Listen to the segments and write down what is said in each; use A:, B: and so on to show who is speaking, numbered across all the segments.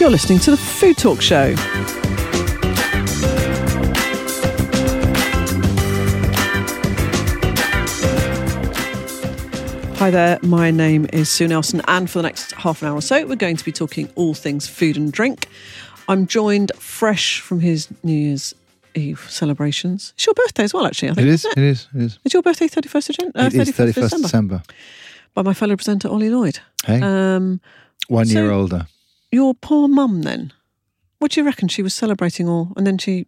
A: You're listening to the Food Talk Show. Hi there, my name is Sue Nelson, and for the next half an hour or so, we're going to be talking all things food and drink. I'm joined fresh from his New Year's Eve celebrations. It's your birthday as well, actually, I
B: It
A: think.
B: is.
A: isn't
B: It is. It is.
A: It's your birthday, 31st of, Jan- uh,
B: It
A: 31st
B: is
A: of
B: 31st
A: December,
B: December.
A: by my fellow presenter, Ollie Lloyd.
B: Hey,
A: Um,
B: one
A: so-
B: year older.
A: your poor mum, then, what do you reckon she was celebrating all? And then she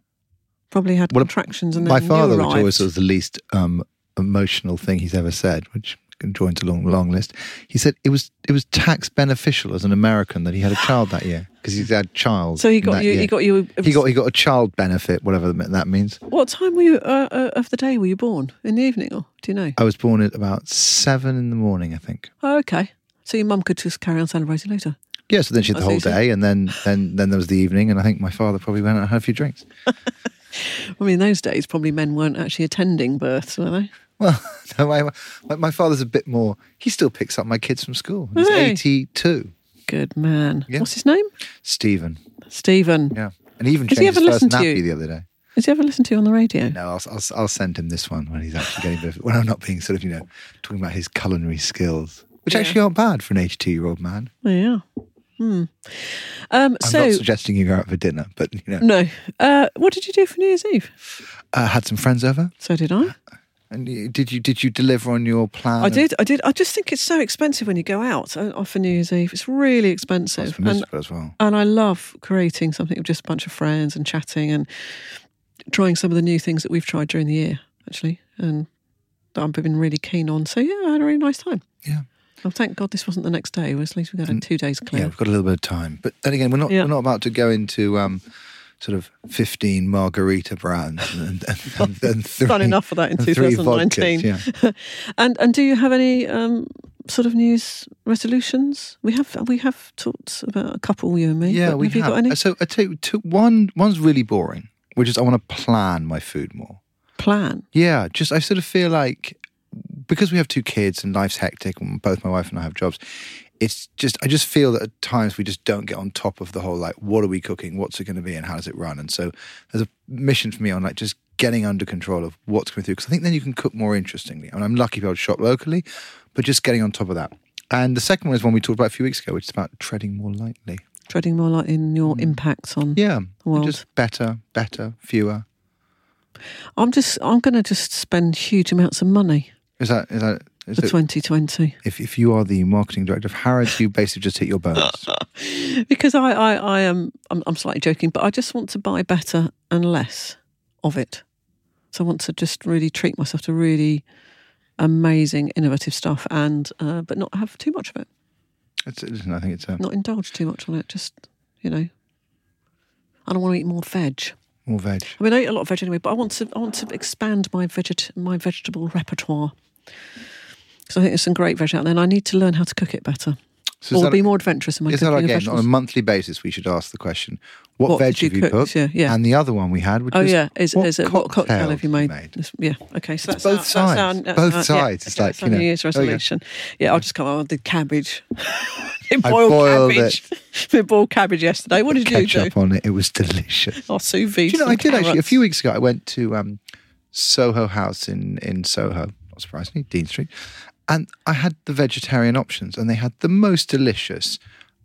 A: probably had
B: Well,
A: contractions and then
B: My
A: you
B: father, which
A: arrived.
B: always was the least um, emotional thing he's ever said, which joins a long, long list. He said it was it was tax beneficial as an American that he had a child that year because he's had child.
A: So he got
B: that
A: you.
B: year.
A: He got you. it
B: he
A: was-
B: got he got a child benefit, whatever that means.
A: What time were you uh, uh, of the day were you born? In the evening, or do you know?
B: I was born at about seven in the morning, I think.
A: Oh, okay. So your mum could just carry on celebrating later.
B: Yeah, so then she had the whole
A: That's easy.
B: day, and then then then there was the evening, and I think my father probably went out and had a few drinks.
A: I mean, in those days, probably men weren't actually attending births, were they?
B: Well, no, my, my, my father's a bit more. He still picks up my kids from school. He's
A: Really?
B: 82,
A: Good man.
B: Yeah.
A: What's his name?
B: Stephen.
A: Stephen.
B: Yeah, and he even
A: Has
B: changed
A: he ever
B: his first
A: listened to
B: nappy
A: you?
B: the other day.
A: Has he ever listened to you on the radio?
B: No, I'll, I'll I'll send him this one when he's actually getting a bit. Of, when I'm not being sort of you know talking about his culinary skills, which
A: Yeah.
B: actually aren't bad for an 82 year old man.
A: Oh, Yeah. Hmm. Um,
B: I'm
A: so
B: not suggesting you go out for dinner, but you know,
A: no. Uh, what did you do for New Year's Eve?
B: uh, had some friends over,
A: So did I.
B: and you- did you did you deliver on your plan?
A: I
B: of-
A: did. I did. I just think it's so expensive when you go out uh, for New Year's Eve. It's really
B: That's
A: expensive, and
B: miserable as well.
A: and I love creating something with just a bunch of friends and chatting and trying some of the new things that we've tried during the year actually, and that I've been really keen on. So yeah, I had a really nice time.
B: Yeah.
A: And thank God this wasn't the next day. whereas At least we got had two days
B: Yeah,
A: clear.
B: we've got a little bit of time, but then again, we're not
A: Yeah.
B: we're not about to go into um, sort of fifteen margarita brands and, and, and, and three,
A: Done enough for that in
B: and three vodkas,
A: 2019.
B: yeah.
A: And and do you have any um, sort of news resolutions? We have we have talked about a couple, you and me.
B: Yeah,
A: but
B: we
A: have, you got any
B: So I take two, one. One's really boring, which is I want to plan my food more.
A: plan?
B: Yeah, just I sort of feel like because we have two kids and life's hectic, and both my wife and I have jobs. It's just I just feel that at times we just don't get on top of the whole like what are we cooking, what's it going to be, and how does it run. And so there's a mission for me on like just getting under control of what's coming through because I think then you can cook more interestingly. And I'm lucky to be able to shop locally, but just getting on top of that. And the second one is one we talked about a few weeks ago, which is about treading more lightly.
A: Treading more light in your impacts on
B: Hmm. Yeah.
A: the world.
B: Just better, better, fewer.
A: I'm just I'm going to just spend huge amounts of money
B: Is that is that is
A: for
B: it,
A: 2020
B: if if you are the marketing director of Harrods, you basically just hit your bonus.
A: because I I, I am I'm, I'm slightly joking, but I just want to buy better and less of it. So I want to just really treat myself to really amazing, innovative stuff, and uh, but not have too much of it,
B: It's, listen, I think it's uh,
A: not indulge too much on it. Just you know, I don't want to eat more veg.
B: more veg.
A: I mean, I eat a lot of veg anyway, but I want to I want to expand my veget my vegetable repertoire because I think there's some great veg out there, and I need to learn how to cook it better
B: So
A: or
B: is that,
A: be more adventurous in my
B: is
A: cooking
B: that
A: of
B: again on a
A: vegetables.
B: monthly basis? We should ask the question: What,
A: What
B: veg
A: did you
B: have you
A: cook?
B: cooked?
A: Yeah, yeah.
B: And the other one we had, which
A: Oh
B: is,
A: yeah, is
B: what
A: is it what cocktail have you made? This- Yeah, okay, so
B: It's
A: that's our-
B: both
A: that's our-
B: sides.
A: that's
B: Both
A: our- uh, yeah,
B: sides. It's
A: okay,
B: like,
A: that's
B: you
A: our
B: know,
A: New Year's
B: there you go.
A: resolution. Yeah, I'll just come on the cabbage. It boiled,
B: boiled
A: cabbage. We boiled cabbage yesterday. What did you do?
B: Ketchup on it. It was delicious.
A: Oh, sous vide.
B: Do you know,
A: some
B: I did actually a
A: carrots.
B: few weeks ago. I went to um, Soho House in in Soho, not surprisingly, Dean Street, and I had the vegetarian options, and they had the most delicious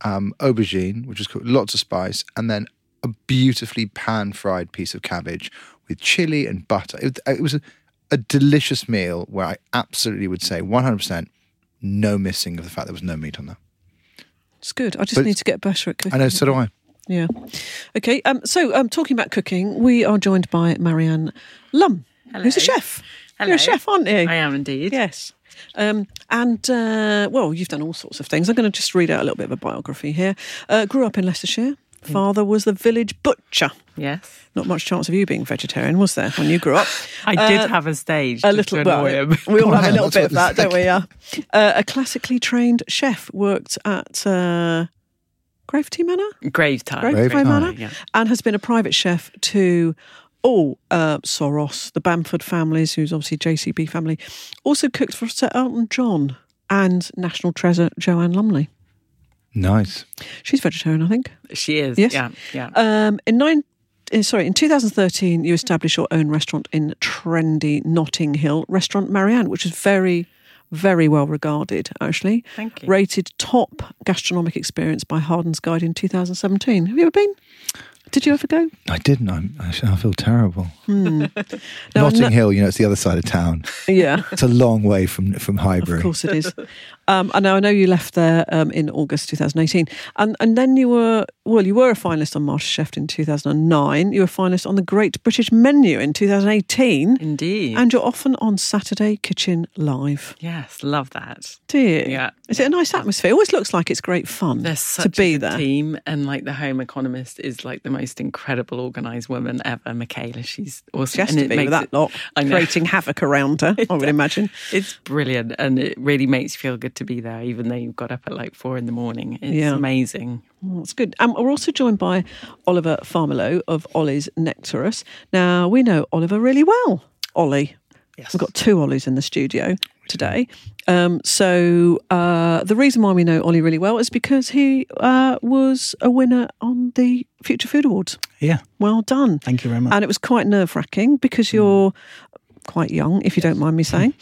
B: um, aubergine, which was cooked with lots of spice, and then a beautifully pan fried piece of cabbage with chili and butter. It, it was a, a delicious meal where I absolutely would say one hundred percent. No missing of the fact there was no meat on that.
A: It's good. I just
B: But-
A: need to get better at cooking.
B: I know, so do I.
A: Yeah. Okay. Um, so, um, talking about cooking, we are joined by Marianne Lum, who's a
C: Hello.
A: chef. You're a chef, aren't you?
C: I am indeed.
A: Yes. Um, and, uh, well, you've done all sorts of things. I'm going to just read out a little bit of a biography here. Uh, grew up in Leicestershire.
C: Mm.
A: Father was the village butcher.
C: Yes.
A: Not much chance of you being vegetarian, was there, when you grew up?
C: I did have Uh, a stage.
A: a
C: just
A: little
C: to
A: well,
C: annoy him.
A: we all have a
B: on,
A: little
B: that's
A: bit of
B: what
A: that, don't we? Yeah. Uh, a classically trained chef worked at uh, Gravetee Manor.
C: Grave time.
A: Great
B: Grave
A: Grey
B: time.
A: Manor,
C: yeah.
A: and has been a private chef to all uh, Soros, the Bamford families, who's obviously JCB family. Also cooked for Sir Elton John and National Treasure Joanne Lumley.
B: Nice.
A: She's vegetarian, I think.
C: She is.
A: Yes.
C: Yeah. Yeah.
A: Um, in nine, eh, sorry, in 2013, you established your own restaurant in trendy Notting Hill, Restaurant Marianne, which is very, very well regarded, actually.
C: Thank you.
A: Rated top gastronomic experience by Hardin's Guide in 2017. Have you ever been? Did you ever go?
B: I didn't. I'm, I I feel terrible.
A: No,
B: Notting
A: no-
B: Hill, you know, it's the other side of town.
A: Yeah.
B: It's a long way from from
A: Of
B: Highbury.
A: course it is. Um, and now I know you left there um, in August 2018, and and then you were well, you were a finalist on MasterChef in 2009. You were a finalist on the Great British Menu in 2018,
C: Mm. Indeed.
A: and you're often on Saturday Kitchen Live.
C: yes. Love that.
A: Do you?
C: Yeah.
A: Is it a nice atmosphere? It always looks like it's great fun
C: There's
A: to
C: such
A: be
C: a good
A: there.
C: team, and like the Home Economist is like the most incredible organised woman ever. Michaela, she's awesome.
A: She has
C: and
A: to
C: it
A: be with
C: makes
A: that
C: it-
A: lot
C: I know.
A: creating havoc around her. I would imagine.
C: It's brilliant, and it really makes you feel good to be there, even though you got up at like four in the morning. It's
A: Yeah.
C: amazing.
A: Well, Oh, That's good. And we're also joined by Oliver Farmelo of Ollie's Nectarus. Now, we know Oliver really well, Ollie. Yes. We've got two Ollies in the studio today. Um, so, uh, the reason why we know Ollie really well is because he uh, was a winner on the Future Food Awards.
D: Yeah,
A: Well done.
D: thank you very much.
A: And it was quite nerve wracking because you're quite young, if you don't mind me saying.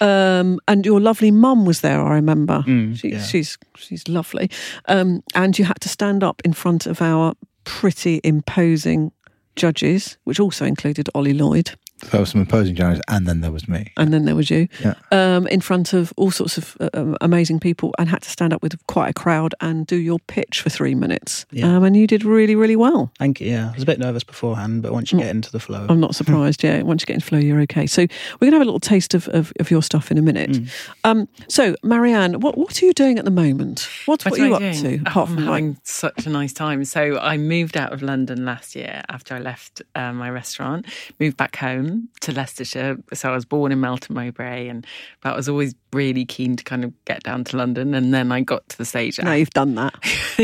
A: Um, and your lovely mum was there, I remember. she,
D: yeah.
A: She's she's lovely. Um, and you had to stand up in front of our pretty imposing judges, which also included Ollie Lloyd,
B: There were some opposing judges, and then there was me.
A: and then there was you,
B: Yeah.
A: um, in front of all sorts of uh, um, amazing people, and had to stand up with quite a crowd and do your pitch for three minutes.
D: Yeah.
A: Um, and you did really, really well. Mm.
D: Thank you. Yeah, I was a bit nervous beforehand, but once you get into the flow,
A: I'm not surprised. Yeah, once you get into flow, you're okay. So we're gonna have a little taste of, of, of your stuff in a minute.
D: Mm.
A: Um, so Marianne, what what are you doing at the moment? What what,
C: am
A: are you
C: I
A: up to?
C: doing? Oh,
A: Apart
C: I'm
A: from like,
C: having such a nice time. So I moved out of London last year after I left uh, my restaurant, moved back home to Leicestershire. So I was born in Melton Mowbray, and but I was always really keen to kind of get down to London. And then I got to the stage.
A: now you've done that.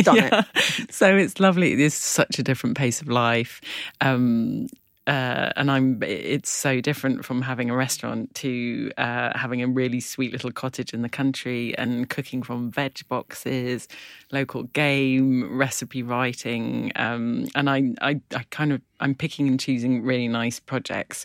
A: Done it.
C: So it's lovely. It's such a different pace of life. Um, uh, and I'm. It's so different from having a restaurant to uh, having a really sweet little cottage in the country and cooking from veg boxes, local game, recipe writing, um, and I, I, I kind of I'm picking and choosing really nice projects.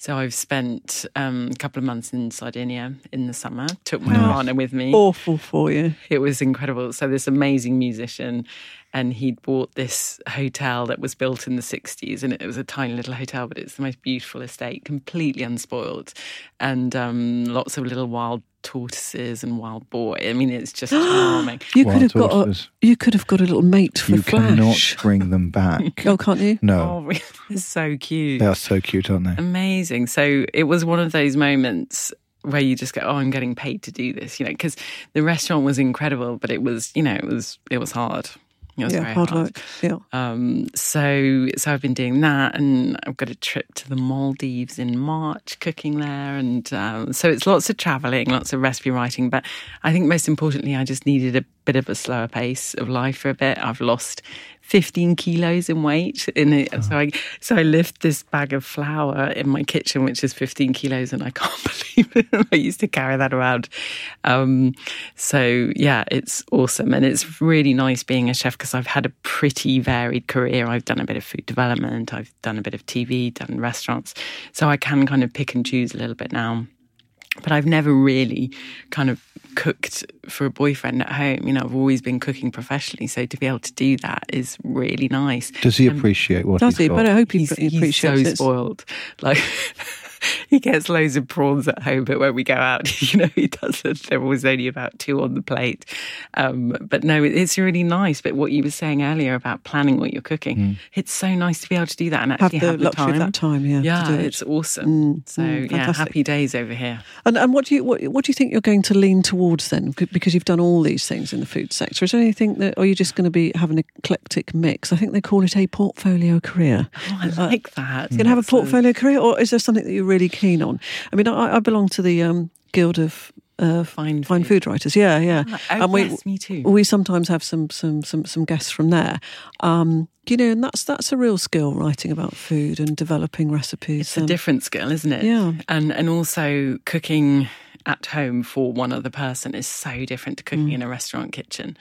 C: So I've spent um, a couple of months in Sardinia in the summer. Took my partner with me
A: Awful for you.
C: it was incredible. So this amazing musician, and he'd bought this hotel that was built in the '60s, and it was a tiny little hotel, but it's the most beautiful estate, completely unspoiled, and um, lots of little wild tortoises and wild boar. I mean, it's just charming.
A: You
B: Wild
A: could have got a,
B: tortoises.
A: you could have got a little mate for
B: you
A: Flash.
B: cannot bring them back.
A: Oh, Um, can't you?
B: No,
C: Oh, it's so cute.
B: they are so cute, aren't they?
C: Amazing. So it was one of those moments where you just go, "Oh, I'm getting paid to do this," you know, because the restaurant was incredible, but it was, you know, it was it was hard. It was
A: Yeah,
C: very
A: hard
C: hard.
A: work. Yeah.
C: Um, so so I've been doing that, and I've got a trip to the Maldives in March, cooking there, and um, so it's lots of traveling, lots of recipe writing. But I think most importantly, I just needed a bit of a slower pace of life for a bit. I've lost. 15 kilos in weight in it. So I, so I lift this bag of flour in my kitchen, which is 15 kilos and I can't believe it. I used to carry that around. Um, so yeah, it's awesome. And it's really nice being a chef because I've had a pretty varied career. I've done a bit of food development. I've done a bit of TV, done restaurants. So I can kind of pick and choose a little bit now but I've never really kind of cooked for a boyfriend at home. You know, I've always been cooking professionally, so to be able to do that is really nice.
B: Does he appreciate what
A: um, Does
B: he's
A: he?
B: got?
A: But uh, I hope he,
C: He's,
A: he
C: he's so
A: appreciates it.
C: spoiled. Like he gets loads of prawns at home, but when we go out, you know, he doesn't. There was only about two on the plate. Um, but no, it- it's really nice. But what you were saying earlier about planning what you're cooking, it's so nice to be able to do that and
A: Mm. Have
C: actually
A: the,
C: have the,
A: luxury
C: time.
A: of that time, yeah. to
C: Yeah,
A: do it.
C: it's awesome. so
A: mm,
C: yeah,
A: fantastic.
C: happy days over here.
A: And and what do you what, what do you think you're going to lean towards then? C- Because you've done all these things in the food sector. Is there anything that, or are you just going to be have an eclectic mix? I think they call it a portfolio career.
C: Oh, I like that.
A: Going to have a portfolio career, or is there something that you're really keen on? I mean, I, I belong to the um, guild of uh,
C: Fine
A: fine
C: food.
A: food writers. Yeah, yeah.
C: Oh, yes, me too.
A: We sometimes have some some some some guests from there. Um, you know, and that's that's a real skill writing about food and developing recipes.
C: It's a
A: Um,
C: different skill, isn't it?
A: Yeah.
C: And and also cooking at home for one other person is so different to cooking in a restaurant kitchen.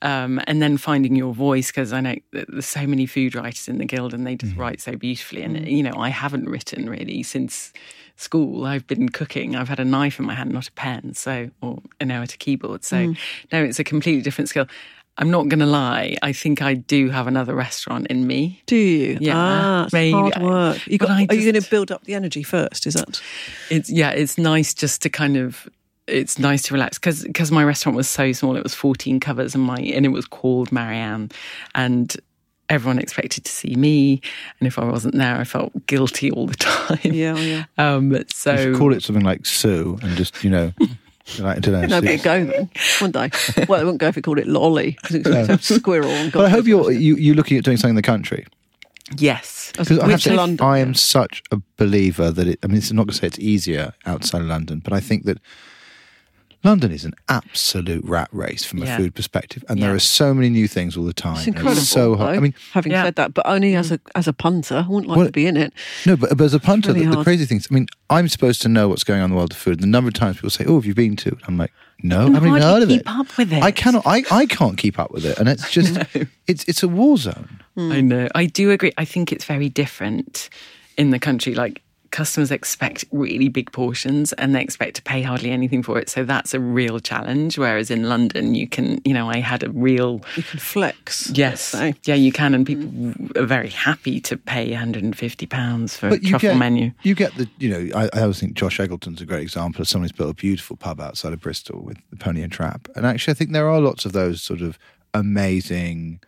C: Um, and then finding your voice, because I know that there's so many food writers in the guild and they just write so beautifully. And, you know, I haven't written really since school. I've been cooking. I've had a knife in my hand, not a pen, so, or an hour to keyboard. So, no, it's a completely different skill. I'm not going to lie. I think I do have another restaurant in me.
A: Do you?
C: Yeah,
A: Ah, it's
C: maybe.
A: hard work. You
C: But
A: got,
C: I
A: Are you
C: just-
A: going to build up the energy first? Is that?
C: it's yeah it's nice just to kind of it's nice to relax because my restaurant was so small it was 14 covers and my and it was called marianne and everyone expected to see me and if i wasn't there i felt guilty all the time
A: Yeah, oh, yeah.
C: um
B: You should
C: so
B: call it something like Sue and just, you know, like, I don't know.
A: No, but it'd
B: Sue.
A: go then, wouldn't they? Well, they wouldn't go if they called it lolly because it's a squirrel. And
B: But I hope you're, you, you're looking at doing something in the country.
C: yes
B: Because I, have
A: Which
B: to,
A: London?
B: I am such a believer that it, I mean, it's not going to say it's easier outside of London, but I think that London is an absolute rat race from a
C: Yeah.
B: food perspective, and there
C: Yeah.
B: are so many new things all the time.
A: It's
B: and
A: incredible.
B: so hard.
A: though,
B: I mean,
A: having
C: Yeah.
A: said that, but only as a as a punter, I wouldn't like
B: Well-
A: to be in it.
B: no, but, but as a punter,
A: really
B: the, the
A: hard.
B: crazy things. I mean, I'm supposed to know what's going on in the world of food. The number of times people say, "Oh, have you been to?" I'm like, "No, I haven't even
C: hardly
B: heard of it."
C: keep up with it.
B: I cannot. I, I can't keep up with it, and it's just it's it's a war zone.
C: I know. I do agree. I think it's very different in the country. Like customers expect really big portions and they expect to pay hardly anything for it. So that's a real challenge. Whereas in London, you can, you know, I had a real
A: You can flex. let's
C: yes,
A: say.
C: yeah, you can, and people are very happy to pay 150 pounds for a
B: But you
C: truffle
B: get
C: menu.
B: you get the you know I, I always think Josh Eggleton's a great example of someone who's built a beautiful pub outside of Bristol with the Pony and Trap, and actually I think there are lots of those sort of amazing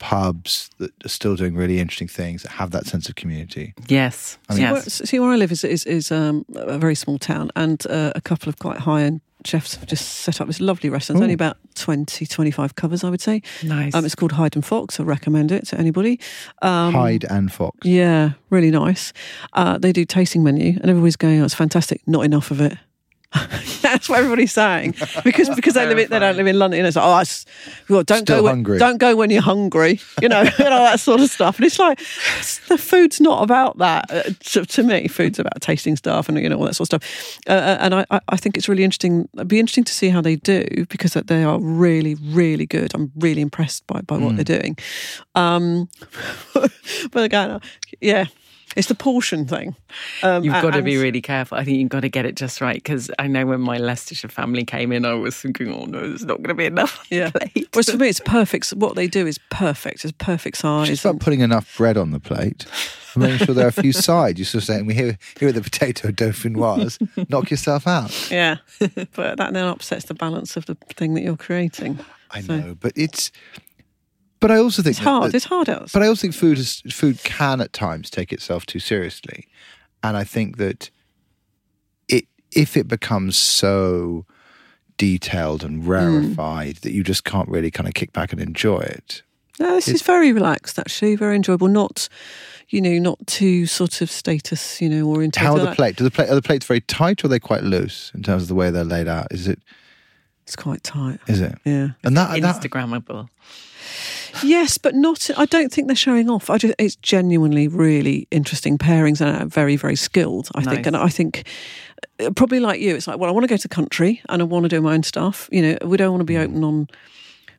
B: pubs that are still doing really interesting things that have that sense of community.
C: Yes,
A: Where,
C: yes,
A: see where I live is is, is um, a very small town, and uh, a couple of quite high end chefs have just set up this lovely restaurant. It's only about 20, 25 covers, I would say.
C: nice.
A: Um, it's called Hyde and Fox. I recommend it to anybody. Um,
B: Hyde and Fox.
A: Yeah, really nice. Uh, they do tasting menu, and everybody's going, "Oh, it's fantastic." Not enough of it. That's what everybody's saying because because they live in, they don't live in London. And it's like, oh, that's, well, don't
B: Still
A: go when,
B: hungry.
A: don't go when you're hungry, you know, and all that sort of stuff. And it's like it's- the food's not about that Uh, to, to me. Food's about tasting stuff and you know all that sort of stuff. Uh, Uh, and I, I- I think it's really interesting. It'd be interesting to see how they do because they are really really good. I'm really impressed by by what
B: Mm.
A: they're doing. Um, but again, yeah, it's the portion thing. Um,
C: You've
A: a-
C: got to
A: and-
C: be really careful. I think you've got to get it just right because I know when my Leicestershire family came in, I was thinking, "Oh no, there's not going to be enough." on the
A: Yeah.
C: plate."
A: Whereas for me, it's perfect. What they do is perfect. It's perfect size.
B: It's about putting enough bread on the plate and making sure there are a few sides. You're sort of saying, we here, here are the potato dauphinoise, knock yourself out.
A: yeah, but that then upsets the balance of the thing that you're creating.
B: I know, but it's. But I also think
A: It's
B: that-
A: hard.
B: that-
A: It's hard out.
B: But I also think food is, food can at times take itself too seriously, and I think that it if it becomes so detailed
A: Hmm.
B: and rarefied that you just can't really kind of kick back and enjoy it.
A: No, this is very relaxed actually. Very enjoyable. Not, you know, not too sort of status, you know, oriented.
B: How the
A: Like,
B: plate? Do the plate are the plates very tight or are they quite loose in terms of the way they're laid out? Is it
A: It's quite tight.
B: is it?
A: Yeah.
B: And that, that
C: Instagrammable.
A: Yes, but not. I don't think they're showing off. I just, it's genuinely really interesting pairings and uh, very, very skilled. I think,
C: Nice.
A: and I think uh, probably like you, it's like, well, I want to go to the country and I want to do my own stuff. You know, we don't want to be
C: Hmm.
A: open on.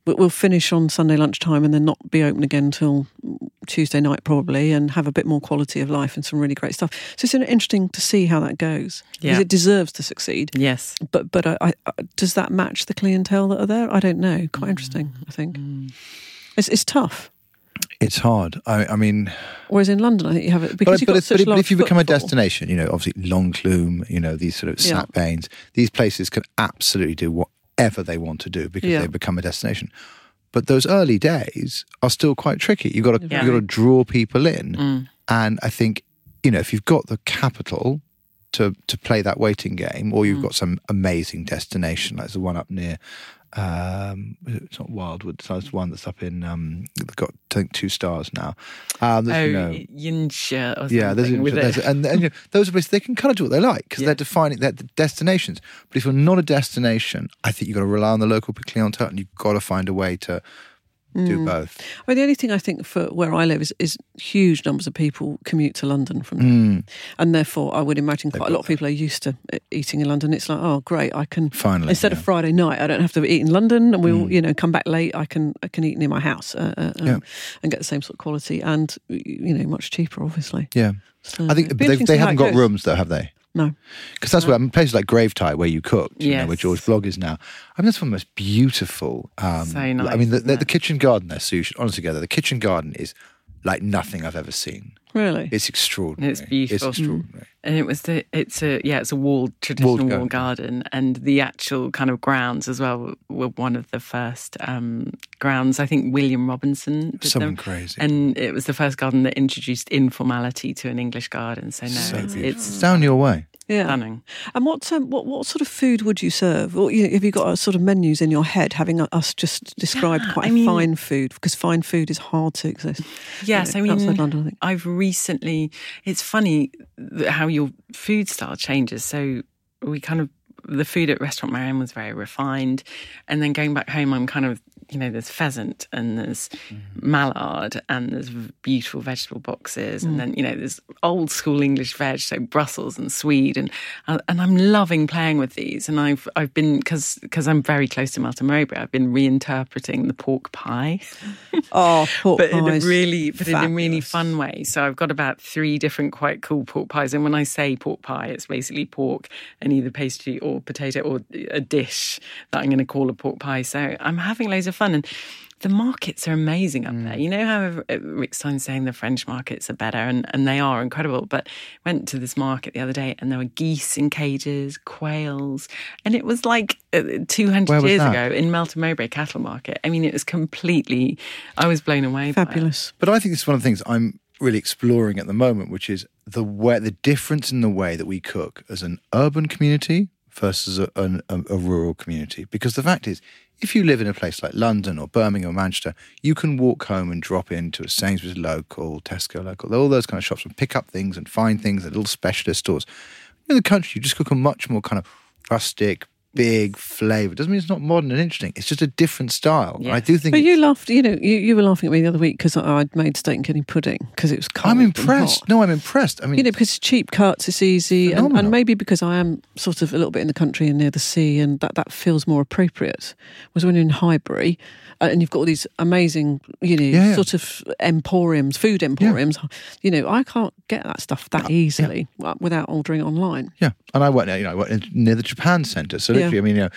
A: we- We'll finish on Sunday lunchtime and then not be open again till Tuesday night probably, and have a bit more quality of life and some really great stuff. So it's interesting to see how that goes because
C: Yeah.
A: it deserves to succeed.
C: Yes.
A: But but I, I, I- does that match the clientele that are there? I don't know.
B: Mm.
A: Quite interesting, I think. It's, it's tough.
B: it's hard. I, I mean,
A: Whereas in London, I think you have it because
B: but,
A: you've
B: but,
A: got
B: if,
A: such
B: but if-
A: large
B: if you become a
A: footfall.
B: destination, you know, obviously Longclume, you know, these sort of
A: Yeah.
B: snap banes, these places can absolutely do whatever they want to do because
A: Yeah.
B: they become a destination. But those early days are still quite tricky. You got to
C: Yeah.
B: you got to draw people in,
A: Mm.
B: and I think you know if you've got the capital to to play that waiting game, or
A: Mm.
B: you've got some amazing destination like the one up near. Um, it's not Wildwood. It's the one that's up in. Um, they've got I think two stars now. Um,
C: Oh,
B: that's, you know,
C: Yinsha or something.
B: yeah, there's, an
C: with
B: interest-
C: it.
B: there's- and, and you know, those are places they can kind of do what they like because
C: Yeah.
B: they're defining their destinations. But if you're not a destination, I think you've got to rely on the local clientele, and you've got to find a way to do both.
A: Well, the only thing I think for where I live is, is huge numbers of people commute to London from
B: Mm.
A: there. And therefore, I would imagine quite a lot of people are used to uh, eating in London. It's like, oh, great, I can.
B: Finally,
A: Instead
B: yeah.
A: of Friday night, I don't have to eat in London and we'll, you know, come back late. I can I can eat near my house uh, uh, um,
B: Mm. Yeah.
A: and get the same sort of quality and, you know, much cheaper, obviously.
B: Yeah.
A: So
B: I think
A: it'd Mm. be
B: they,
A: interesting to
B: they
A: see how
B: haven't
A: it
B: got
A: goes.
B: rooms though, have they?
A: No.
B: Because that's where I mean, places like Gravetide, where you cooked, you know, where
C: Yes.
B: George Blog is now. I mean, that's one of the most beautiful. Um,
C: So
B: I
C: nice,
B: mean, the,
C: isn't
B: the,
C: it?
B: the kitchen garden there, Sue. you should- Honestly, together, the kitchen garden is like nothing I've ever seen.
A: Really?
B: It's extraordinary.
C: It's beautiful. Mm.
B: It's extraordinary.
C: And it was the it's a yeah it's a walled traditional walled garden. and the actual kind of grounds as well were one of the first um, grounds. I think William Robinson did
B: Someone
C: them.
B: crazy.
C: and it was the first garden that introduced informality to an English garden. So no,
B: so
C: it's,
B: beautiful.
C: it's
B: down your way.
A: yeah.
C: stunning.
A: And what um, what what sort of food would you serve? Or you know, have you got a sort of menus in your head? Having us just described
C: Yeah,
A: quite
C: I
A: a
C: mean-
A: fine food because fine food is hard to exist. you
C: Yes,
A: know,
C: I mean,
A: outside London, I think.
C: I've recently. It's funny th- how your food style changes. So we kind of the food at restaurant Marion was very refined, and then going back home, I'm kind of you know there's pheasant and there's mallard and there's v- beautiful vegetable boxes, and then you know there's old school English veg, so Brussels and Swede, and uh, and I'm loving playing with these, and I've I've been because because I'm very close to Malta Mowbray, I've been reinterpreting the pork pie
A: Oh, pork
C: but in a
A: pies.
C: really but in a really
A: Fabulous.
C: fun way. So I've got about three different quite cool pork pies. And when I say pork pie, it's basically pork and either pastry or potato or a dish that I'm going to call a pork pie. So I'm having loads of fun and. The markets are amazing up there. You know how uh, Rick Stein's saying the French markets are better, and, and they are incredible. But went to this market the other day, and there were geese in cages, quails, and it was like uh, 200
B: Where was
C: years
B: that?
C: ago in Melton Mowbray Cattle Market. I mean, it was completely. I was blown away. by it.
A: fabulous.
B: But I think it's one of the things I'm really exploring at the moment, which is the way, the difference in the way that we cook as an urban community versus a, an- a, a rural community. Because the fact is, if you live in a place like London or Birmingham or Manchester, you can walk home and drop into a Sainsbury's local, Tesco local, all those kind of shops and pick up things and find things at little specialist stores. In the country, you just cook a much more kind of rustic, big flavour. Doesn't mean it's not modern and interesting. It's just a different style. And I do think
A: But
B: it's-
A: you laughed, you know, you, you were laughing at me the other week because I'd made steak and kidney pudding because it was cold.
B: I'm
A: and
B: impressed.
A: hot.
B: No, I'm impressed. I mean,
A: You know, because it's cheap cuts, it's easy, and, and
B: Phenomenal.
A: maybe because I am sort of a little bit in the country and near the sea, and that, that feels more appropriate. Was when you're in Highbury, uh, and you've got all these amazing, you know,
B: Yeah, yeah.
A: sort of emporiums, food emporiums. You know, I can't get that stuff
B: Uh,
A: that easily w without ordering online.
B: Yeah, and I work now. You know, I work in, near the Japan Centre. So
A: Yeah.
B: literally, I mean, you know,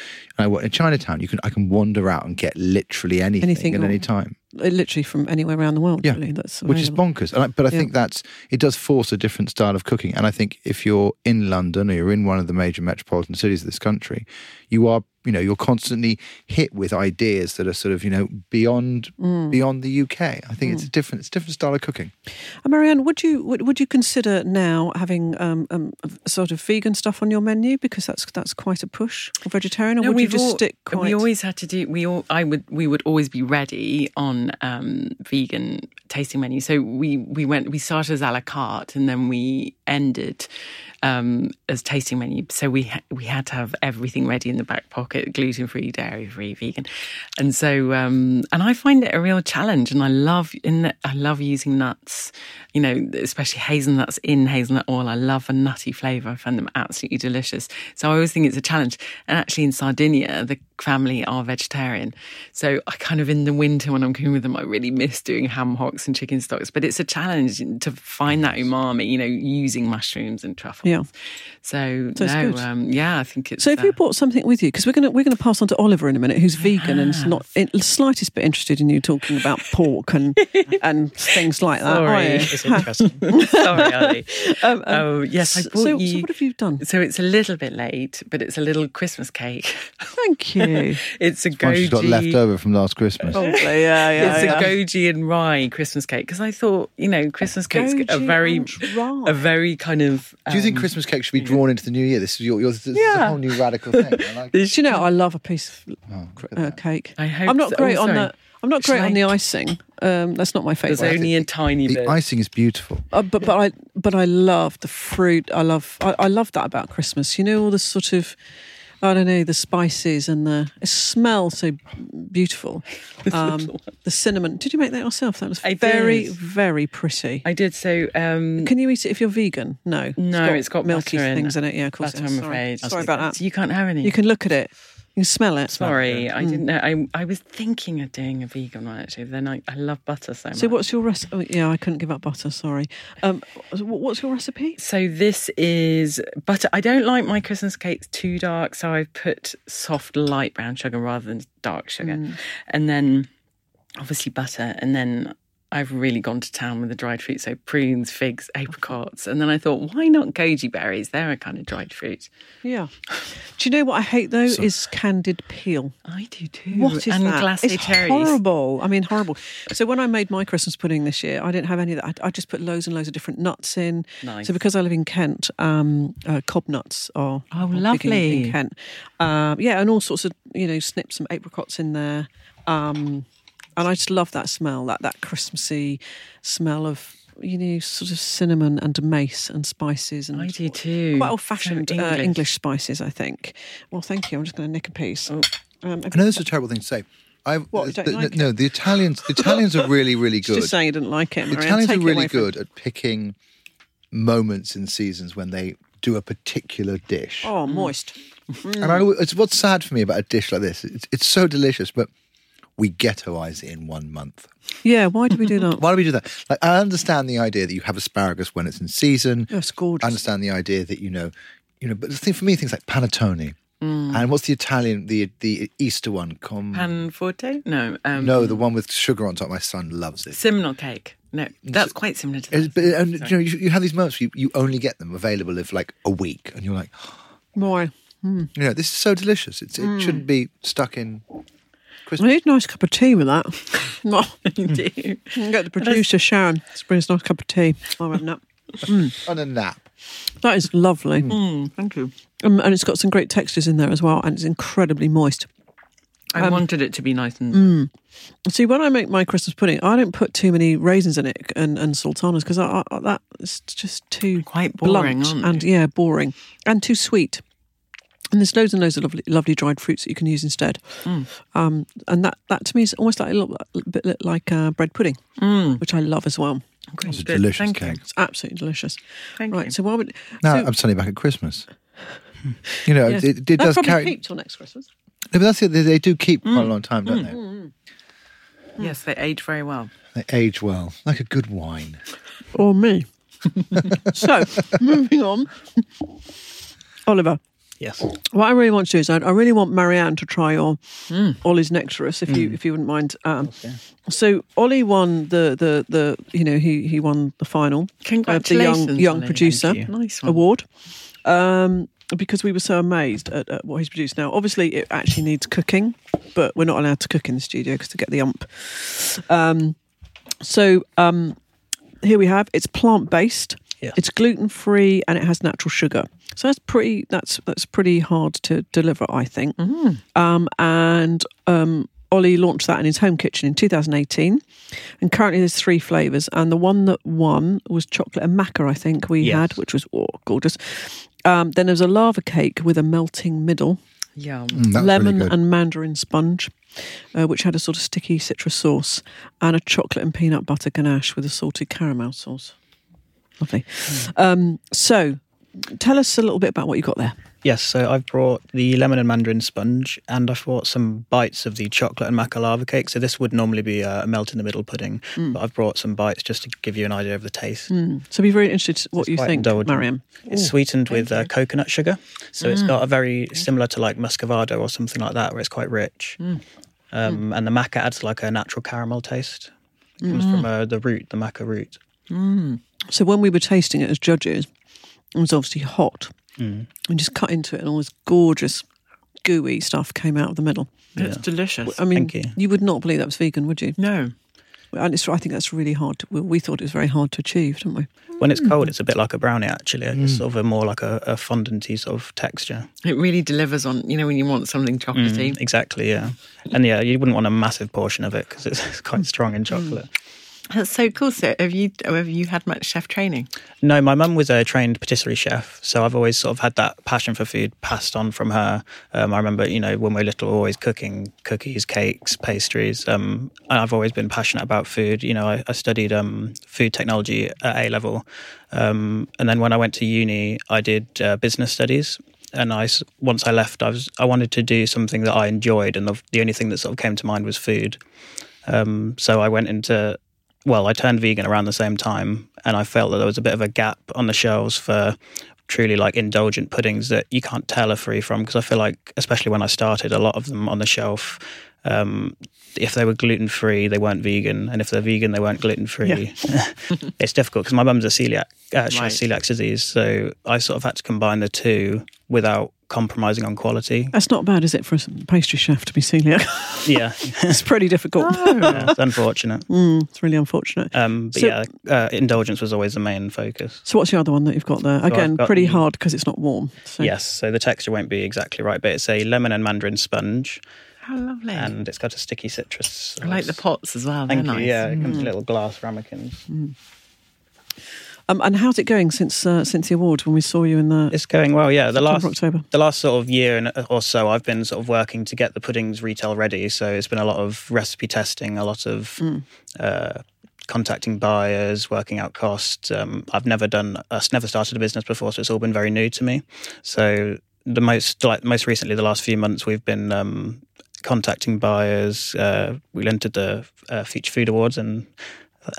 B: I work in Chinatown. You can, I can wander out and get literally anything,
A: Anything
B: at
A: you
B: any
A: want.
B: time,
A: Uh, Literally from anywhere around the world,
B: Yeah,
A: really. That's
B: which is
A: available.
B: bonkers. And I, but I
A: Yeah.
B: think that's it does force a different style of cooking. And I think if you're in London or you're in one of the major metropolitan cities of this country, you are, you know, you're constantly hit with ideas that are sort of, you know, beyond
A: Mm.
B: beyond the UK. I think it's a different, it's a different style of cooking.
A: And Uh, Marianne, would you would, would you consider now having um, um, sort of vegan stuff on your menu because that's that's quite a push, or vegetarian, or would you
C: we've
A: just
C: al-
A: stick quite?
C: We always had to do. We all. I would. We would always be ready on um, vegan tasting menu. So we we went. We started as a la carte, and then we ended um, as tasting menu. So we ha- we had to have everything ready in the back pocket: gluten free, dairy free, vegan. And so, um, and I find it a real challenge. And I love in that I love using nuts. You know, especially hazelnuts in hazelnut oil. I love a nutty flavour. I find them absolutely delicious. So I always think it's a challenge. And actually, in Sardinia, the family are vegetarian. So I kind of in the winter when I'm cooking with them, I really miss doing ham hocks and chicken stocks. But it's a challenge to find that umami. You know, using mushrooms and truffles.
A: Yeah.
C: So,
A: So it's
C: no,
A: good.
C: um, yeah, I think it's.
A: so if
C: uh,
A: you brought something with you, because we're gonna we're gonna pass on to Oliver in a minute, who's vegan and is not in the slightest bit interested in you talking about pork and and things like that. are
C: Sorry.
A: you? Um,
D: It's interesting.
C: sorry, Ali. oh yes, I brought
A: so,
C: you.
A: so what have you done?
C: So it's a little bit late, but it's a little Christmas cake.
A: Thank you.
C: It's a
B: Once she's got
C: goji.
B: left over from last Christmas.
A: Oh, yeah, yeah.
C: it's a goji and rye Christmas cake because I thought you know Christmas cakes are
A: Goji
C: very
A: and rye.
C: a very kind of.
B: Do you think
C: um,
B: Christmas cake should be drawn into the new year? This is your, your this is a
C: Yeah.
B: whole new radical thing. I like
A: Do you know I love a piece of
B: oh, look at
A: uh,
B: that.
A: cake.
C: I hope
A: I'm not
C: so. Oh,
A: great on
C: sorry.
A: the I'm not
C: Shall
A: great on
C: I-
A: the icing. Um, that's not my
C: There's
A: favourite.
C: only a tiny
B: The
C: bit.
B: icing is beautiful.
A: Uh, but but I but I love the fruit. I love I, I love that about Christmas. You know all the sort of I don't know, the spices and the it smells so beautiful. Um, the cinnamon. Did you make that yourself? That was
C: I
A: very,
C: did.
A: very pretty.
C: I did so. Um,
A: Can you eat it if you're vegan? No.
C: No, it's got
A: milky
C: butter in
A: things
C: it.
A: in it. Yeah, of course.
C: butter,
A: it
C: I'm
A: is. Sorry.
C: afraid.
A: Sorry about that.
C: So you can't have any.
A: You can look at it. You can smell it. Hmm.
C: Sorry, I didn't know. I, I was thinking of doing a vegan one actually. but Then I, I love butter so much.
A: So what's your recipe? Oh, yeah, I couldn't give up butter. Sorry. Um, wh- what's your recipe?
C: So this is butter. I don't like my Christmas cakes too dark, so I've put soft, light brown sugar rather than dark sugar, and then obviously butter, and then. I've really gone to town with the dried fruit, so prunes, figs, apricots, and then I thought, why not goji berries? They're a kind of dried fruit.
A: Yeah. Do you know what I hate though is candied peel.
C: I do too.
A: What is
C: and
A: that?
C: glacé
A: it's
C: cherries.
A: horrible. I mean, horrible. So when I made my Christmas pudding this year, I didn't have any of that. I, I just put loads and loads of different nuts in.
C: Nice.
A: So because I live in Kent, um, uh, cob nuts are
C: Oh,
A: are big in- in,
C: lovely.
A: Kent. Um, yeah, and all sorts of you know, snip some apricots in there. Um, and I just love that smell, that that Christmassy smell of you know, sort of cinnamon and mace and spices and
C: I do too.
A: quite old fashioned
C: So
A: uh, English spices, I think. Well, thank you. I'm just going to nick a piece.
C: Oh.
A: Um,
B: I know this is a terrible thing to say. I've,
A: What, you don't
B: the,
A: like
B: no, the Italians. The Italians are really, really good.
A: Just saying you didn't like it.
B: The
A: Marianne.
B: Italians
A: Take
B: are
A: it
B: really
A: away from-
B: good at picking moments in seasons when they do a particular dish.
A: Oh, moist.
B: And I, always- it's what's sad for me about a dish like this. It's, it's so delicious, but we ghettoize it in one month.
A: Yeah, why do we do that?
B: Why do we do that? Like, I understand the idea that you have asparagus when it's in season.
A: That's gorgeous.
B: I understand the idea that you know, you know. But the thing for me, things like panettone,
A: Mm.
B: and what's the Italian, the the Easter one? Com-
C: Pan forte? No. Um,
B: no, the one with sugar on top. My son loves it.
C: Simnel cake. No, that's quite similar to
B: It's-
C: that.
B: but, and you know, you, you have these moments where you, you only get them available if like a week, and you're like,
A: Why?
B: you know, this is so delicious. It's,
A: Mm.
B: It shouldn't be stuck in.
A: I need a nice cup of tea with that. No,
C: You do.
B: um,
A: Get the producer, Sharon, to bring us a nice cup of tea. I'm having that.
B: On a nap.
A: That is lovely.
C: Thank you.
A: Um, and it's got some great textures in there as well, and it's incredibly moist.
C: I wanted it to be nice and
A: See, when I make my Christmas pudding, I don't put too many raisins in it and, and sultanas because I, I, that is just too
C: Quite boring,
A: blunt
C: aren't
A: and yeah, boring and too sweet. And there's loads and loads of lovely, lovely dried fruits that you can use instead.
C: Hmm.
A: Um, and that, that to me is almost like a little, little bit like uh, bread pudding,
C: Hmm.
A: which I love as well.
B: It's a
C: Good,
B: delicious
C: thank you.
B: cake.
A: It's absolutely delicious.
C: Thank
A: right,
C: you.
A: so why would
B: Now
A: so-
B: I'm suddenly back at Christmas. You know,
A: yes,
B: it, it
A: that
B: does
A: probably Mm.
B: carry.
A: keep till next Christmas.
B: No, but that's it. They, they do keep quite a long time, don't
C: Yes, they age very well.
B: they? They age well, like a good wine.
A: Or me. so moving on, Oliver.
D: Yes.
A: What I really want to do is, I, I really want Marianne to try your
C: Hmm.
A: Ollie's Nectarus, if you if you wouldn't mind. Um, So Ollie won the the the you know he he won the final of the young
C: Congratulations,
A: young
C: Ollie.
A: producer
C: Thank you. Nice one.
A: award. Um, because we were so amazed at, at what he's produced. Now, obviously, it actually needs cooking, but we're not allowed to cook in the studio because to get the ump. Um, so um, here we have it's plant based.
D: Yeah.
A: It's gluten free and it has natural sugar. So that's pretty that's that's pretty hard to deliver, I think.
D: Mm-hmm.
A: Um, and um, Ollie launched that in his home kitchen in 2018, and currently there's three flavors. And the one that won was chocolate and maca, I think we
D: Yes.
A: had, which was oh, gorgeous. Um, then there was a lava cake with a melting middle,
C: Yum.
B: Mm, that was really
A: lemon
B: good.
A: and mandarin sponge, uh, which had a sort of sticky citrus sauce, and a chocolate and peanut butter ganache with a salted caramel sauce. Lovely.
D: Hmm.
A: Um, so, tell us a little bit about what you got there.
D: Yes, so I've brought the lemon and mandarin sponge, and I've brought some bites of the chocolate and maca lava cake. So this would normally be a melt in the middle pudding, but I've brought some bites just to give you an idea of the taste.
A: So, be very interested to what
D: It's
A: you
D: quite
A: think,
D: indulgent.
A: Mariam.
D: It's sweetened with uh, coconut sugar, so it's got a very similar to like muscovado or something like that, where it's quite rich. Um, And the maca adds like a natural caramel taste. It comes from uh, the root, the maca root.
A: So when we were tasting it as judges, it was obviously hot.
D: Hmm.
A: We just cut into it, and all this gorgeous, gooey stuff came out of the middle.
C: It's delicious.
A: I mean,
D: Thank you.
A: would not believe that was vegan, would you?
C: um, no.
A: And it's, I think that's really hard. To, well, we thought it was very hard to achieve, didn't we?
D: When it's cold, it's a bit like a brownie actually. It's sort of a more like a, a fondanty sort of texture.
C: It really delivers on, you know, when you want something chocolatey.
D: Mm. Exactly, yeah. And yeah, you wouldn't want a massive portion of it because it's, it's quite strong in chocolate.
C: That's so cool. So, have you oh, have you had much chef training?
D: No, my mum was a trained patisserie chef, so I've always sort of had that passion for food passed on from her. Um, I remember, you know, when we were little, always cooking cookies, cakes, pastries. Um, and I've always been passionate about food. You know, I, I studied um, food technology at A level, um, and then when I went to uni, I did uh, business studies. And I s- once I left, I was I wanted to do something that I enjoyed, and the, the only thing that sort of came to mind was food. Um, so I went into, well, I turned vegan around the same time, and I felt that there was a bit of a gap on the shelves for truly like indulgent puddings that you can't tell are free from. Because I feel like, especially when I started, a lot of them on the shelf, um, if they were gluten free, they weren't vegan, and if they're vegan, they weren't gluten free. it's difficult because my mum's a celiac, uh, she has celiac disease, so I sort of had to combine the two without compromising on quality.
A: That's not bad, is it, for a pastry chef to be celiac?
D: yeah,
A: it's pretty difficult.
D: yeah, it's unfortunate.
C: Mm.
A: It's really unfortunate.
D: Um, but
A: So-
D: yeah, uh, indulgence was always the main focus.
A: So, what's the other one that you've got there? Again,
D: got
A: pretty
D: the-
A: hard because it's not warm. So.
D: Yes, so the texture won't be exactly right, but it's a lemon and mandarin sponge,
C: How lovely!
D: and it's got a sticky citrus.
C: I like the
D: sauce.
C: pots as well.
D: Thank
C: They're
D: you.
C: nice. Mm.
D: Yeah, it comes in little glass ramekins.
A: Um, and how's it going since uh, since the award when we saw you in the?
D: It's going well. Yeah, the last
A: September, October.
D: the last sort of year and uh, or so, I've been sort of working to get the puddings retail ready. So it's been a lot of recipe testing, a lot of
A: Mm.
D: uh, contacting buyers, working out costs. Um, I've never done, I've never started a business before, so it's all been very new to me. So the most like most recently, the last few months, we've been. Um, contacting buyers uh, we entered the uh, future food awards and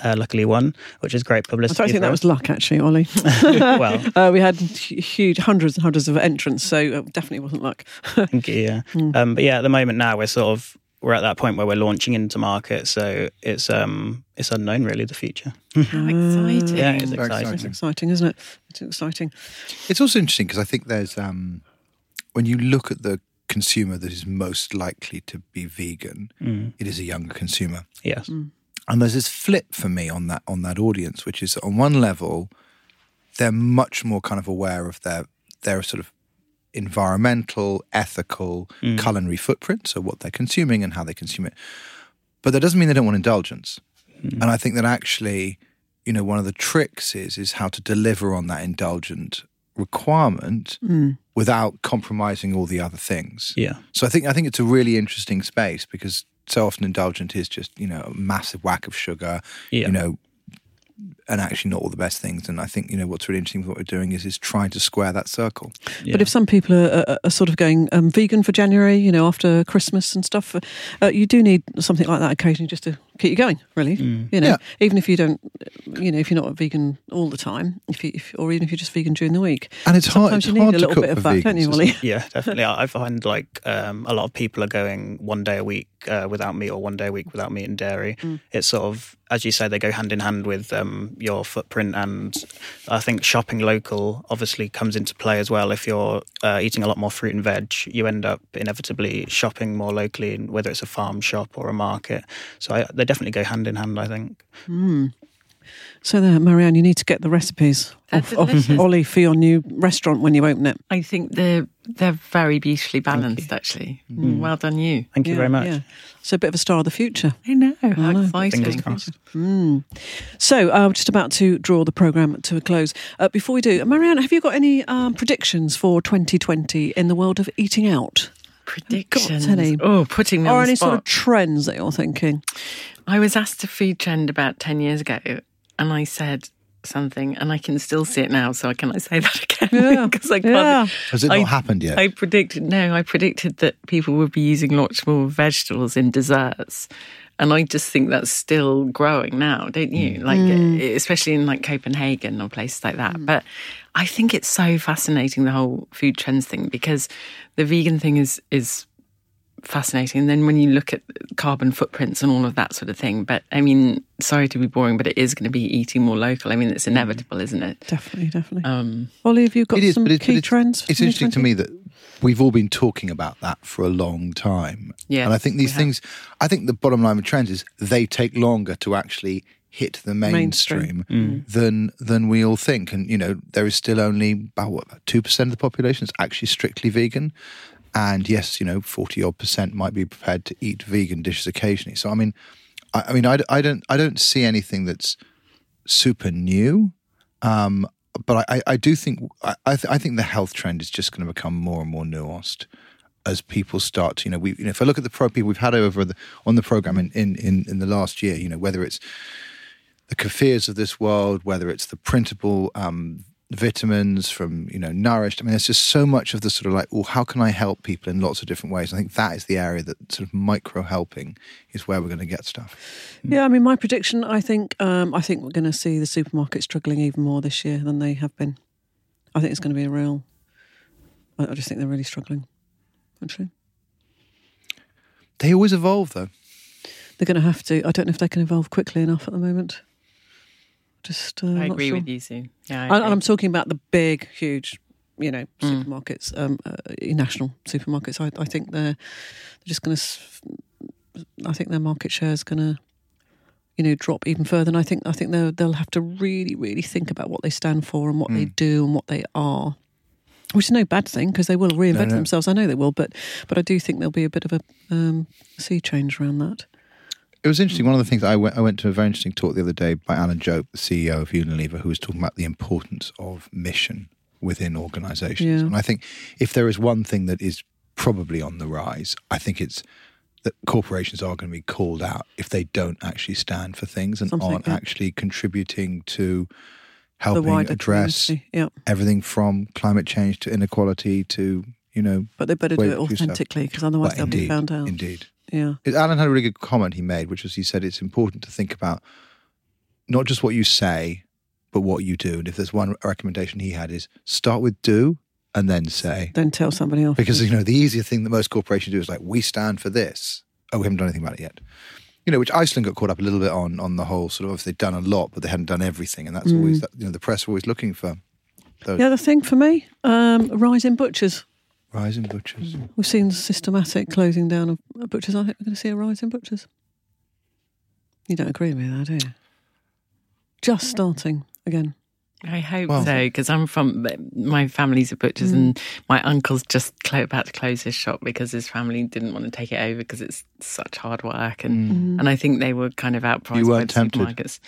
D: uh, luckily won which is great
A: I
D: publicity
A: don't think
D: for
A: that was luck, actually, Ollie.
D: us. well
A: uh, we had hu- huge hundreds and hundreds of entrants, so it definitely wasn't luck.
D: Thank you, yeah. Um, but yeah, at the moment now we're sort of we're at that point where we're launching into market, so it's um it's unknown really the future.
C: How exciting!
D: Yeah, it's
B: Very
D: exciting.
A: It's exciting, isn't it? It's exciting.
B: It's also interesting because I think there's um, when you look at the consumer that is most likely to be vegan, it is a younger consumer,
D: Yes.
B: and there's this flip for me on that on that audience, which is on one level, they're much more kind of aware of their their sort of environmental, ethical, culinary footprint, so what they're consuming and how they consume it, but that doesn't mean they don't want indulgence, and I think that actually. You know, one of the tricks is is how to deliver on that indulgent requirement without compromising all the other things.
D: Yeah.
B: So I think I think it's a really interesting space because so often indulgent is just you know a massive whack of sugar,
D: Yeah.
B: you know, and actually not all the best things. And I think you know what's really interesting with what we're doing is is trying to square that circle.
A: But if some people are, are, are sort of going um, vegan for January, you know, after Christmas and stuff, uh, you do need something like that occasionally just to keep you going. Really,
D: Mm.
A: you know,
B: Yeah.
A: even if you don't, you know, if you're not vegan all the time, if you, if, or even if you're just vegan during the week,
B: And it's hard.
A: sometimes
B: it's
A: you
B: hard
A: need a
B: to
A: little
B: cook
A: bit of
B: for
A: that, don't
B: vegans,
A: you,
B: isn't
A: Ollie?
D: Yeah, definitely. I I find like um, a lot of people are going one day a week uh, without meat or one day a week without meat and dairy.
A: Mm.
D: It's sort of, as you say, they go hand in hand with um, your footprint. And I think shopping local obviously comes into play as well. If you're uh, eating a lot more fruit and veg, you end up inevitably shopping more locally, and whether it's a farm shop or a market. So I, they definitely go hand in hand, I think.
A: So there, Marianne, you need to get the recipes
C: They're
A: of, of
C: delicious.
A: Ollie for your new restaurant when you open it.
C: I think they're they're very beautifully balanced. Actually, well done, you.
D: Thank you
A: Yeah,
D: very much.
A: yeah. So a bit of a star of the future.
C: I know how
A: know.
D: Fingers
C: exciting.
D: crossed.
A: So uh, we're just about to draw the programme to a close. Uh, before we do, Marianne, have you got any um, predictions for 2020 in the world of eating out?
C: Predictions.
A: any.
C: Oh, putting me
A: or
C: on
A: any
C: the spot.
A: sort of trends that you're thinking?
C: I was asked a food trend about 10 years ago and I said something and I can still see it now. So can I say that again?
A: Yeah,
C: because I can't.
A: yeah.
B: Has it not
C: I-
B: happened yet?
C: I predicted, no, I predicted that people would be using lots more vegetables in desserts. And I just think that's still growing now, don't
B: Mm.
C: you? Like,
A: Mm.
C: e, especially in like Copenhagen or places like that. But I think it's so fascinating, the whole food trends thing, because the vegan thing is, is fascinating. And then when you look at carbon footprints and all of that sort of thing, but I mean, sorry to be boring, but it is going to be eating more local. I mean, it's inevitable, isn't it?
A: Definitely, definitely.
C: Um,
A: Ollie, have you got
B: It is,
A: some
B: but, it,
A: key
B: but it's,
A: trends? for
B: it's interesting to
A: 2020?
B: me that we've all been talking about that for a long time.
C: Yes,
B: and I think
C: we
B: these
C: have.
B: things, I think the bottom line with trends is they take longer to actually hit the mainstream,
A: Mainstream.
B: than than we all think. And you know, there is still only about what two percent of the population is actually strictly vegan. And yes, you know, forty odd percent might be prepared to eat vegan dishes occasionally. So I mean, I, I mean, I, d- I don't, I don't see anything that's super new, um, but I, I- I do think, I, I, th- I think the health trend is just going to become more and more nuanced as people start to, you know, we, you know, if I look at the pro people we've had over the, on the program in, in, in, in the last year, you know, whether it's the kefirs of this world, whether it's the printable um, vitamins from you know nourished. I mean, there's just so much of the sort of like, well, how can I help people in lots of different ways? I think that is the area that sort of micro helping is where we're going to get stuff.
A: Yeah, I mean, my prediction. I think um, I think we're going to see the supermarkets struggling even more this year than they have been. I think it's going to be a real. I, I just think they're really struggling. Actually,
B: They always evolve though.
A: they're going to have to. I don't know if they can evolve quickly enough at the moment. Just, uh,
C: I agree with you, Sue. Yeah, I
A: And, and
C: agree.
A: I'm talking about the big, huge, you know,
B: Mm.
A: supermarkets, um, uh, national supermarkets. I, I think they're they're just going to. I think their market share is going to, you know, drop even further. And I think I think they'll they'll have to really, really think about what they stand for and what
B: Mm.
A: they do and what they are. Which is no bad thing because they will reinvent
B: no.
A: themselves. I know they will, but but I do think there'll be a bit of a um, sea change around that.
B: It was interesting.
A: Mm.
B: One of the things I went, I went to a very interesting talk the other day by Alan Jope, the CEO of Unilever, who was talking about the importance of mission within organizations.
A: Yeah.
B: And I think if there is one thing that is probably on the rise, I think it's that corporations are going to be called out if they don't actually stand for things and
A: Something,
B: aren't
A: yeah.
B: actually contributing to
A: The
B: helping
A: wider
B: address
A: community, yeah.
B: everything from climate change to inequality to, you know,
A: But they better
B: way
A: do it
B: of doing stuff.
A: authentically because otherwise
B: But
A: they'll be found out.
B: Indeed.
A: Yeah.
B: Alan had a really good comment he made, which was he said it's important to think about not just what you say, but what you do. And if there's one recommendation he had is start with do and then say.
A: Don't tell somebody else.
B: Because, you know, the easier thing that most corporations do is like, we stand for this. Oh, we haven't done anything about it yet. You know, which Iceland got caught up a little bit on on the whole sort of obviously they'd done a lot, but they hadn't done everything. And that's always that, you know, the press are always looking for
A: The other thing for me, um, rise in butchers.
B: rising butchers.
A: We've seen systematic closing down of butchers. I think we're going to see a rise in butchers. You don't agree with that, do you? Just starting again.
C: I hope
B: Well-
C: so, so because I'm from my family's a
A: Mm.
C: butchers and my uncle's just clo- about to close his shop because his family didn't want to take it over because it's such hard work and
A: Mm-hmm.
C: and I think they were kind of outpriced
B: Mm. You
C: by
B: weren't
C: the
B: tempted?
C: supermarkets.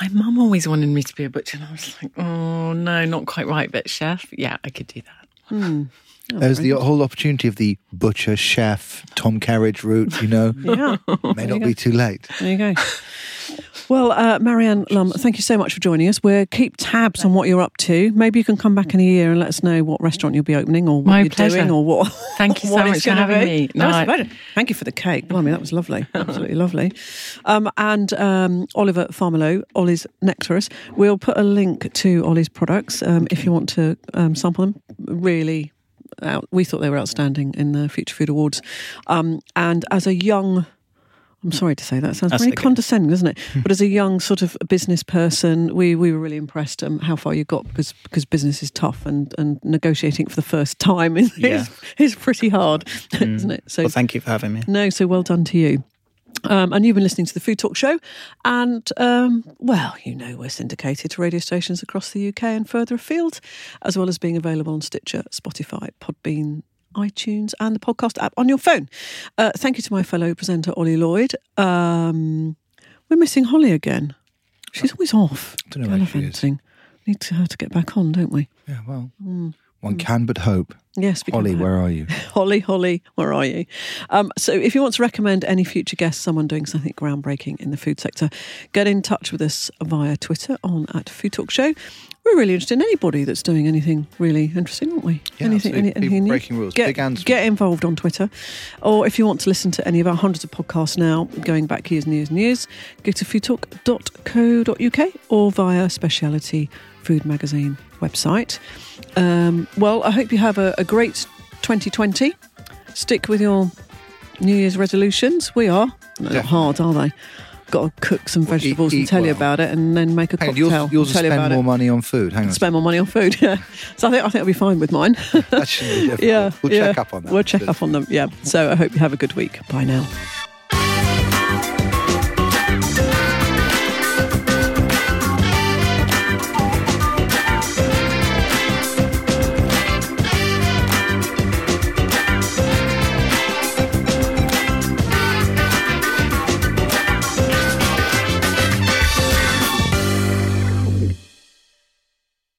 C: My mum always wanted me to be a butcher, and I was like, oh no, not quite right, but chef, yeah, I could do that.
A: Oh,
B: There's the whole opportunity of the butcher, chef, Tom Carriage route, you know.
A: Yeah.
B: May not be too late.
A: There you go. Well, uh, Marianne Lum, thank you so much for joining us. We'll keep tabs on what you're up to. Maybe you can come back in a year and let us know what restaurant you'll be opening or what
C: My
A: you're
C: pleasure.
A: doing or what.
C: Thank you so
A: what
C: much
A: it's
C: for
A: gonna
C: having
A: be.
C: me.
A: No,
C: No,
A: it's
C: I-
A: a pleasure. Thank you for the cake. Blimey, that was lovely. Absolutely lovely. Um, and um, Oliver Farmelo, Ollie's Nectarus. We'll put a link to Ollie's products um, if you want to um, sample them. Really out. We thought they were outstanding in the Future Food Awards. Um, and as a young, I'm sorry to say that sounds
D: That's
A: really
D: okay. Hmm.
A: condescending, doesn't it? but as a young sort of business person, we, we were really impressed um, how far you got because because business is tough and, and negotiating for the first time is
D: Yeah. Hmm.
A: is, is pretty hard, isn't it? So
D: Well, thank you for having me.
A: no, so well done to you. Um, and you've been listening to the Food Talk Show. And, um, well, you know, we're syndicated to radio stations across the UK and further afield, as well as being available on Stitcher, Spotify, Podbean, iTunes, and the podcast app on your phone. Uh, thank you to my fellow presenter, Ollie Lloyd. Um, we're missing Holly again. She's always off.
B: Don't know where she is.
A: gallivanting. Need to her to get back on, don't we?
B: Yeah, well,
A: Hmm.
B: one can but hope.
A: Yes, we can
B: Holly,
A: hope.
B: where are you?
A: Holly, Holly, where are you? Um, so, if you want to recommend any future guests, someone doing something groundbreaking in the food sector, get in touch with us via Twitter on at Food Talk Show. We're really interested in anybody that's doing anything really interesting, aren't we?
B: Yeah,
A: anything,
B: absolutely. People breaking rules,
A: Get,
B: big and small.
A: get involved on Twitter, or if you want to listen to any of our hundreds of podcasts now, going back years and years and years, go to foodtalk.co.uk or via Speciality Food Magazine website. Um, well, I hope you have a, a great 2020. Stick with your New Year's resolutions. We are. They're not
B: Definitely.
A: hard, are they? Got to cook some
B: Well, eat-
A: vegetables and
B: eat
A: tell you
B: well.
A: about it, and then make a
B: Hang on,
A: cocktail.
B: yours, yours will
A: tell you about
B: spend more
A: it.
B: money on food. Hang on.
A: Spend more money on food. Yeah. So I think I think I'll be fine with mine.
B: That should be different.
A: yeah.
B: We'll
A: yeah.
B: check up on that.
A: We'll check up on them. Yeah. So I hope you have a good week. Bye now.